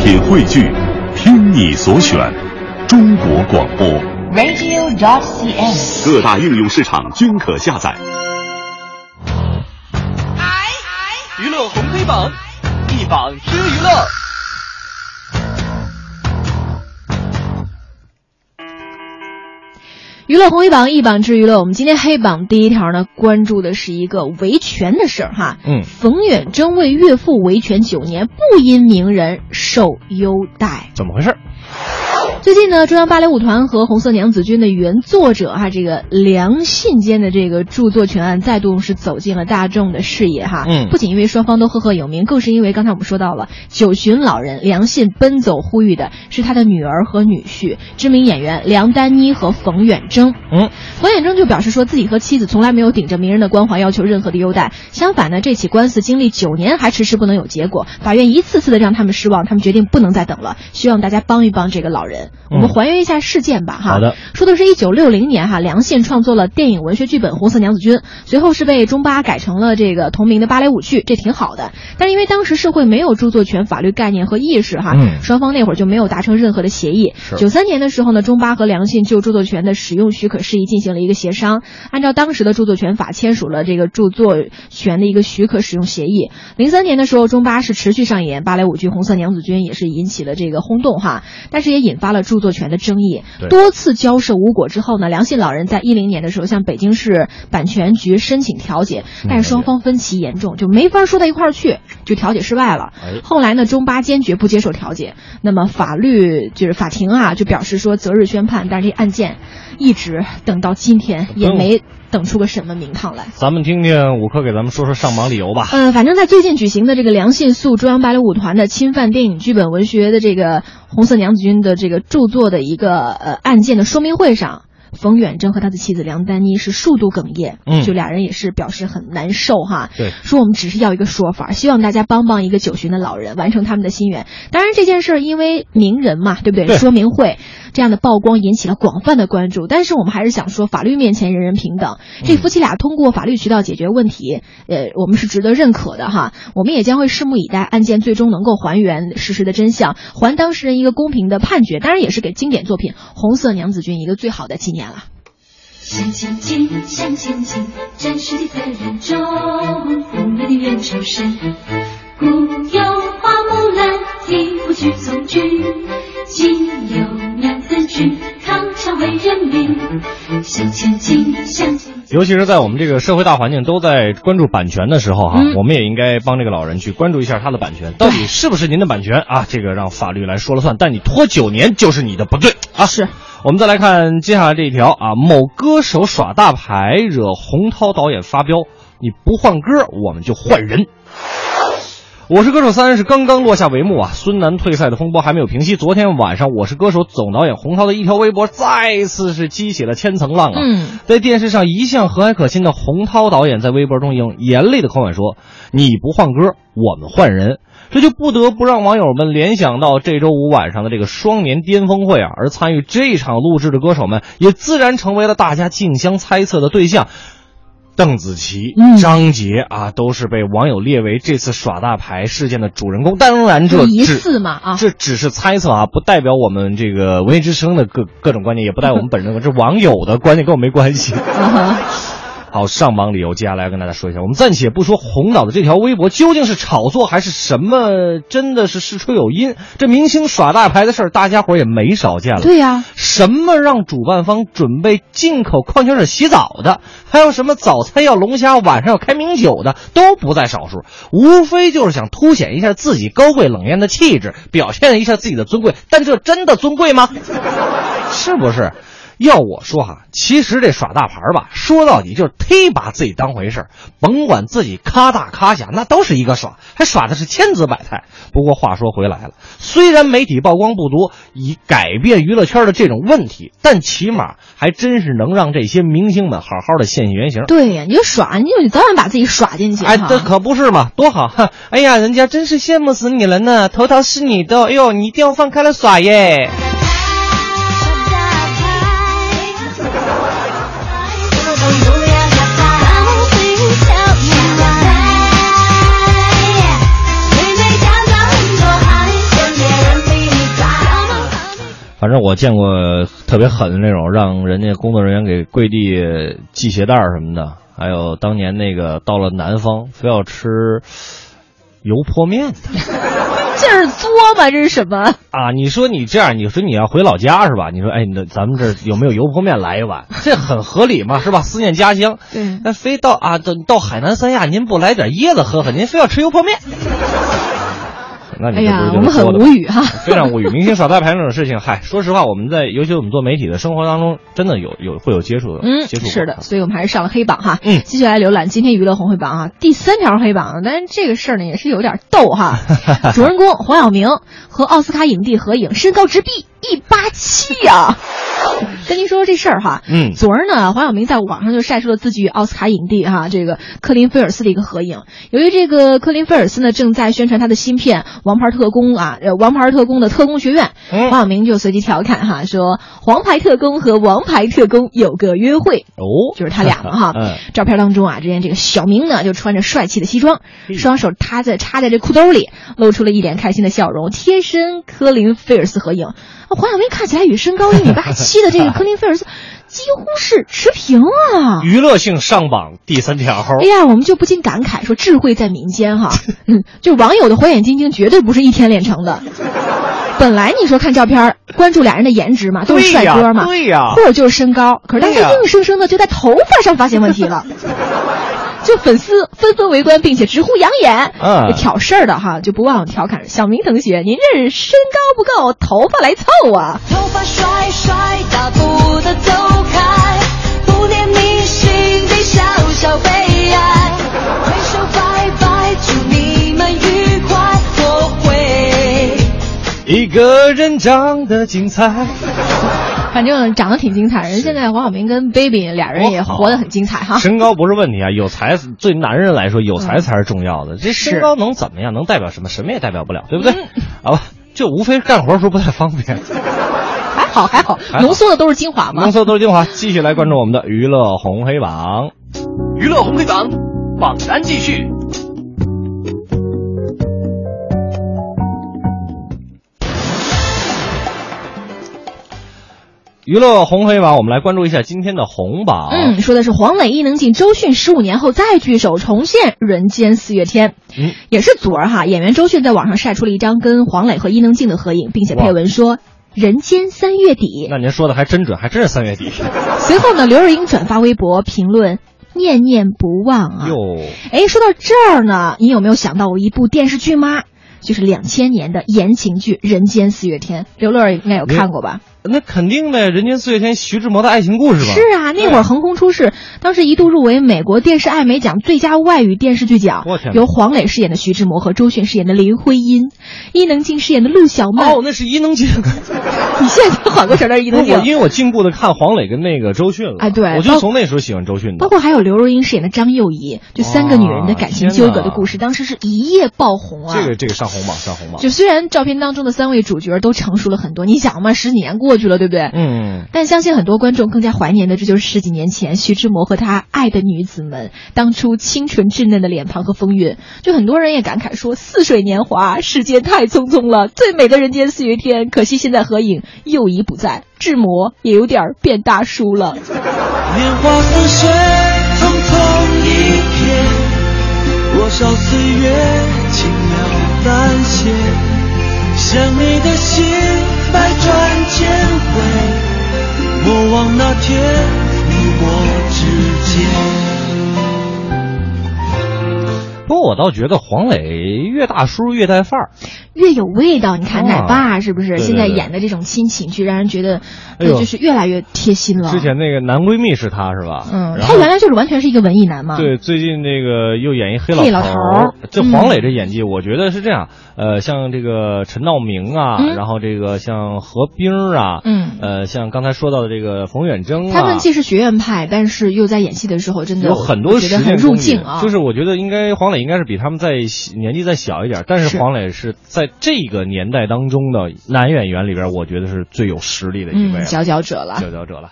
品汇聚，听你所选，中国广播。 radio.cn。各大应用市场均可下载。娱乐红黑榜，一榜之娱乐。娱乐红黑榜一榜之娱乐，我们今天黑榜第一条呢，关注的是一个维权的事儿哈。嗯冯远征为岳父维权九年，不因名人受优待。怎么回事？最近呢，中央芭蕾舞团和《红色娘子军》的原作者哈，这个梁信坚的这个著作权案再度是走进了大众的视野哈。嗯不仅因为双方都赫赫有名，更是因为刚才我们说到了九旬老人梁信奔走呼吁的是他的女儿和女婿，知名演员梁丹妮和冯远征。嗯，冯远征就表示说自己和妻子从来没有顶着名人的光环要求任何的优待，相反呢，这起官司经历九年还迟迟不能有结果，法院一次次的让他们失望，他们决定不能再等了，希望大家帮一帮这个老人。我们嗯还原一下事件吧，哈。好的，说的是一九六零年哈，梁信创作了电影文学剧本《红色娘子军》，随后是被中巴改成了这个同名的芭蕾舞剧，这挺好的。但是因为当时社会没有著作权法律概念和意识哈，嗯双方那会儿就没有达成任何的协议。是九三年的时候呢，中巴和梁信就著作权的使用许可事宜进行了一个协商，按照当时的著作权法签署了这个著作权的一个许可使用协议。零三年的时候，中巴是持续上演芭蕾舞剧《红色娘子军》，也是引起了这个轰动哈，但是也引发了著作权的争议。对多次交涉无果之后呢，梁信老人在一零年的时候向北京市版权局申请调解，但是双方分歧严重，就没法说到一块儿去，就调解失败了。哎，后来呢，中巴坚决不接受调解。那么法律就是法庭啊，就表示说择日宣判，但是这案件一直等到今天也没等出个什么名堂来。咱们听听五科给咱们说说上榜理由吧。嗯，反正在最近举行的这个梁信诉中央芭蕾舞团的侵犯电影剧本文学的这个《红色娘子军》的这个著作的一个呃案件的说明会上。冯远征和他的妻子梁丹妮是数度哽咽，嗯就俩人也是表示很难受哈，对说我们只是要一个说法，希望大家帮帮一个九旬的老人完成他们的心愿。当然这件事儿因为名人嘛，对不对？对说明会这样的曝光引起了广泛的关注，但是我们还是想说，法律面前人人平等，这嗯夫妻俩通过法律渠道解决问题，呃，我们是值得认可的哈。我们也将会拭目以待，案件最终能够还原事实的真相，还当事人一个公平的判决，当然也是给经典作品《红色娘子军》一个最好的纪念了。向前进，向前进，战士的责任重，我们的援手是古有花木兰，替父去从军；今有娘子军，抗战为人民。向前进，向前进。尤其是在我们这个社会大环境都在关注版权的时候哈、嗯我们也应该帮这个老人去关注一下他的版权，到底是不是您的版权嗯啊？这个让法律来说了算，但你拖九年就是你的不对啊。是，我们再来看接下来这一条啊，某歌手耍大牌惹洪涛导演发飙，你不换歌我们就换人。我是歌手三是刚刚落下帷幕啊，孙楠退赛的风波还没有平息。昨天晚上，我是歌手总导演洪涛的一条微博再次是激起了千层浪啊。嗯，在电视上一向和蔼可亲的洪涛导演在微博中用严厉的口吻说：“你不换歌，我们换人。”这就不得不让网友们联想到这周五晚上的这个双年巅峰会啊，而参与这场录制的歌手们也自然成为了大家竞相猜测的对象。邓紫棋嗯、张杰啊，都是被网友列为这次耍大牌事件的主人公。当然，这就疑只似嘛啊这只是猜测啊，不代表我们这个文艺之声的各各种观点，也不代表我们本人的观点，这网友的观点跟我没关系。啊哈好，上榜理由接下来要跟大家说一下，我们暂且不说红导的这条微博究竟是炒作还是什么，真的是事出有因。这明星耍大牌的事儿，大家伙儿也没少见了。对呀、什么让主办方准备进口矿泉水洗澡的，还有什么早餐要龙虾，晚上要开明酒的，都不在少数。无非就是想凸显一下自己高贵冷艳的气质，表现一下自己的尊贵。但这真的尊贵吗？是不是？要我说哈、其实这耍大牌吧，说到底就是忒把自己当回事儿，甭管自己咔大咔小，那都是一个耍，还耍的是千姿百态。不过话说回来了，虽然媒体曝光不多，以改变娱乐圈的这种问题，但起码还真是能让这些明星们好好的现现原形。对呀、你就耍，你就早晚把自己耍进去哈。哎，这可不是嘛，多好！哈！哎呀，人家真是羡慕死你了呢，头条是你的，哎呦，你一定要放开了耍耶！妹妹家长很多爱，跟别人反正我见过特别狠的那种，让人家工作人员给跪地系鞋带儿什么的。还有当年那个到了南方，非要吃油泼面的这是作吗？这是什么？啊！你说你这样，你说你要回老家是吧？你说哎，那咱们这儿有没有油泼面来一碗？ 这很合理嘛，是吧？思念家乡。对那非到啊，到到海南三亚，您不来点椰子喝喝，您非要吃油泼面。 那哎你这呀，不是我就们是很说的无语啊哈、 非常无语。明星耍大牌这种事情，嗨，说实话，我们在尤其我们做媒体的生活当中，真的有有会有接触的，嗯，接触过啊是的，所以我们还是上了黑榜哈。嗯继续来浏览今天娱乐红黑榜啊，第三条黑榜，但是这个事儿呢也是有点逗 哈。主人公黄晓明和奥斯卡影帝合影，身高直逼一八七 呀。跟您说说这事儿哈，嗯昨儿呢，黄晓明在网上就晒出了自己与奥斯卡影帝哈、这个科林菲尔斯的一个合影。由于这个科林菲尔斯呢正在宣传他的新片《王牌特工》啊，呃，《王牌特工》的特工学院，嗯黄晓明就随机调侃哈说：“黄牌特工和王牌特工有个约会。”哦，。就是他俩嘛哈 嗯照片当中啊，只见这个小明呢就穿着帅气的西装，双手插在插在这裤兜里，露出了一脸开心的笑容，贴身科林菲尔斯合影。啊黄晓明看起来与身高一米八七的这个科林菲尔斯几乎是持平啊。娱乐性上榜第三条，哎呀，我们就不禁感慨说，智慧在民间哈。 嗯，就网友的火眼金睛绝对不是一天练 成的。本来你说看照片儿，关注俩人的颜值嘛，都是帅哥嘛，对呀或者就是身高，可是大对家呀硬生生的就在头发上发现问 题了。就粉丝纷纷围观，并且直呼养眼。嗯这挑事儿的哈，就不忘调侃小明同学：“您这是身高不够，头发来凑啊头发甩甩，大步的走开，不念你心底小小悲哀。挥手拜拜，祝你们愉快，我会。一个人长得精彩。！”反正长得挺精彩。人现在黄晓明跟 baby 俩人也活得很精彩哈。身高不哦是问题啊，有才对男人来说有才才是重要的。这嗯是嗯身高能怎么样？能代表什么？什么也代表不了，对不对？好吧，就无非干活的时候不太方便。还好还好，好浓缩的都是精华嘛浓。缩都是精华，继续来关注我们的娱乐红黑榜。娱乐红黑榜榜单继续。娱乐红黑榜，我们来关注一下今天的红榜。嗯，说的是黄磊、伊能静、周迅十五年后再聚首，重现《人间四月天》。嗯也是昨儿哈，演员周迅在网上晒出了一张跟黄磊和伊能静的合影，并且配文说。人间三月底。那您说的还真准，还真是三 月底。随后呢，刘若英转发微博评论：“念念不忘啊。”哟，哎，说到这儿呢，你有没有想到我一部电视剧吗？就是两千年的言情剧《人间四月天》，刘乐应该有看过吧？那肯定呗，《人间四月天》徐志摩的爱情故事嘛。是啊，那会儿横空出世，当时一度入围美国电视艾美奖最佳外语电视剧奖我天，哪由黄磊饰演的徐志摩和周迅饰演的林徽因，伊能静饰演的陆小曼。哦，那是伊能静。你现在缓过神来，伊不能是我，静。因为我进步的看黄磊跟那个周迅了。哎对我包就从那时候喜欢周迅的包。括还有刘若英饰演的张幼仪，就三个女人的感情纠葛的故事，当时是一夜爆红啊！这个这个上红榜，上红榜。就虽然照片当中的三位主角都成熟了很多，你想嘛，十几年过去了，对不对？嗯，但相信很多观众更加怀念的，这就是十几年前徐志摩和他爱的女子们当初清纯稚嫩的脸庞和风韵。就很多人也感慨说：“似水年华，世间太匆匆了，最美的人间四月天。”可惜现在合影，幼仪不在，志摩也有点儿变大叔了。年华似水，匆匆一瞥，多少岁月轻描淡写，想你的心百转千回，莫忘那天你我之间。不过我倒觉得黄磊越大叔越带范儿。越有味道。你看哦奶爸是不是对对现在对演的这种亲情剧，让人觉得哎呦呃就是越来越贴心了。之前那个男闺蜜是他是吧？嗯，然他后原来就是完全是一个文艺男嘛。对，最近那个又演一黑黑老老头儿儿这嗯黄磊这演技，我觉得是这样。呃，像这个陈道明啊，嗯然后这个像何冰儿啊，嗯呃，像刚才说到的这个冯远征啊，他们既是学院派，但是又在演戏的时候真的有很多嗯我觉得实很践入功境底啊。就是我觉得应该黄磊应该是比他们再年纪再小一点，但是是黄磊是在这个年代当中的男演员里边，我觉得是最有实力的一位啊嗯，了，佼佼者了。佼佼者了。